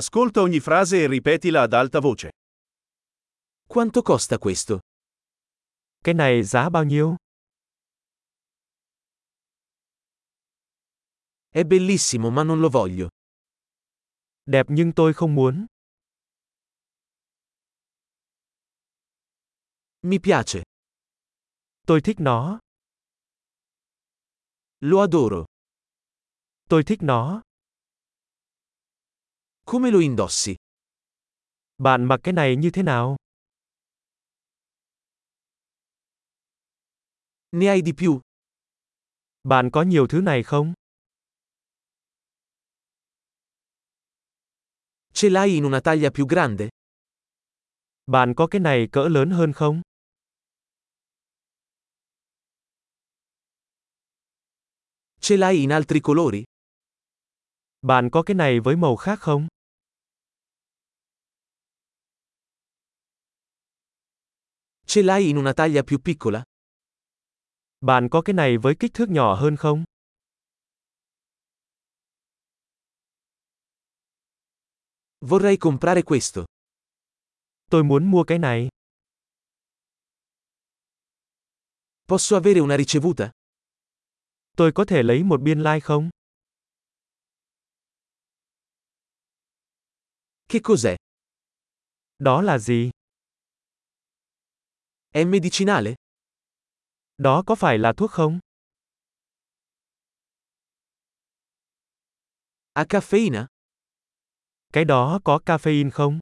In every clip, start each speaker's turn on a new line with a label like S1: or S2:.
S1: Ascolta ogni frase e ripetila ad alta voce. Quanto costa questo?
S2: Cái này giá bao nhiêu?
S1: È bellissimo ma non lo voglio.
S2: Đẹp nhưng tôi không muốn.
S1: Mi piace.
S2: Tôi thích nó.
S1: Lo adoro.
S2: Tôi thích nó.
S1: Come lo indossi?
S2: Bạn mặc cái này như thế nào?
S1: Ne hai di più?
S2: Bạn có nhiều thứ này không?
S1: Ce l'hai in una taglia più grande?
S2: Bạn có cái này cỡ lớn hơn không?
S1: Ce l'hai in altri colori?
S2: Bạn có cái này với màu khác không?
S1: Ce l'hai in una taglia più piccola?
S2: Bạn có cái này với kích thước nhỏ hơn không?
S1: Vorrei comprare questo.
S2: Tôi muốn mua cái này.
S1: Posso avere una ricevuta?
S2: Tôi có thể lấy một biên lai like không?
S1: Che cos'è?
S2: Đó là gì?
S1: È medicinale?
S2: Đó có phải là thuốc không?
S1: Ha caffeina?
S2: Cái đó có caffeine không?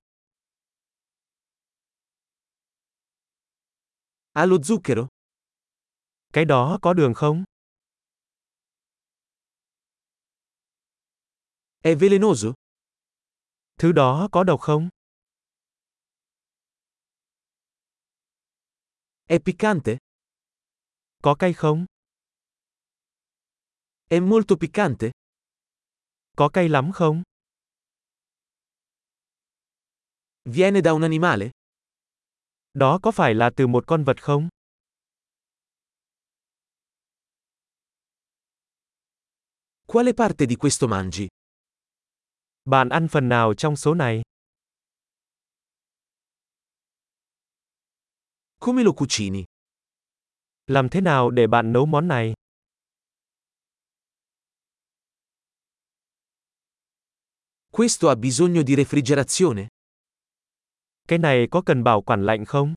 S1: Ha lo zucchero?
S2: Cái đó có đường không?
S1: È velenoso?
S2: Thứ đó có độc không?
S1: È piccante?
S2: Có cay không?
S1: È molto piccante?
S2: Có cay lắm không?
S1: Viene da un animale?
S2: Đó có phải là từ một con vật không?
S1: Quale parte di questo mangi?
S2: Bạn ăn phần nào trong số này?
S1: Come lo cucini?
S2: Làm thế nào để bạn nấu món này?
S1: Questo ha bisogno di refrigerazione?
S2: Cái này có cần bảo quản lạnh không?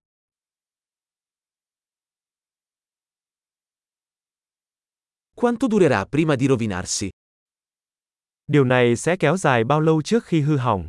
S1: Quanto durerà prima di rovinarsi?
S2: Điều này sẽ kéo dài bao lâu trước khi hư hỏng?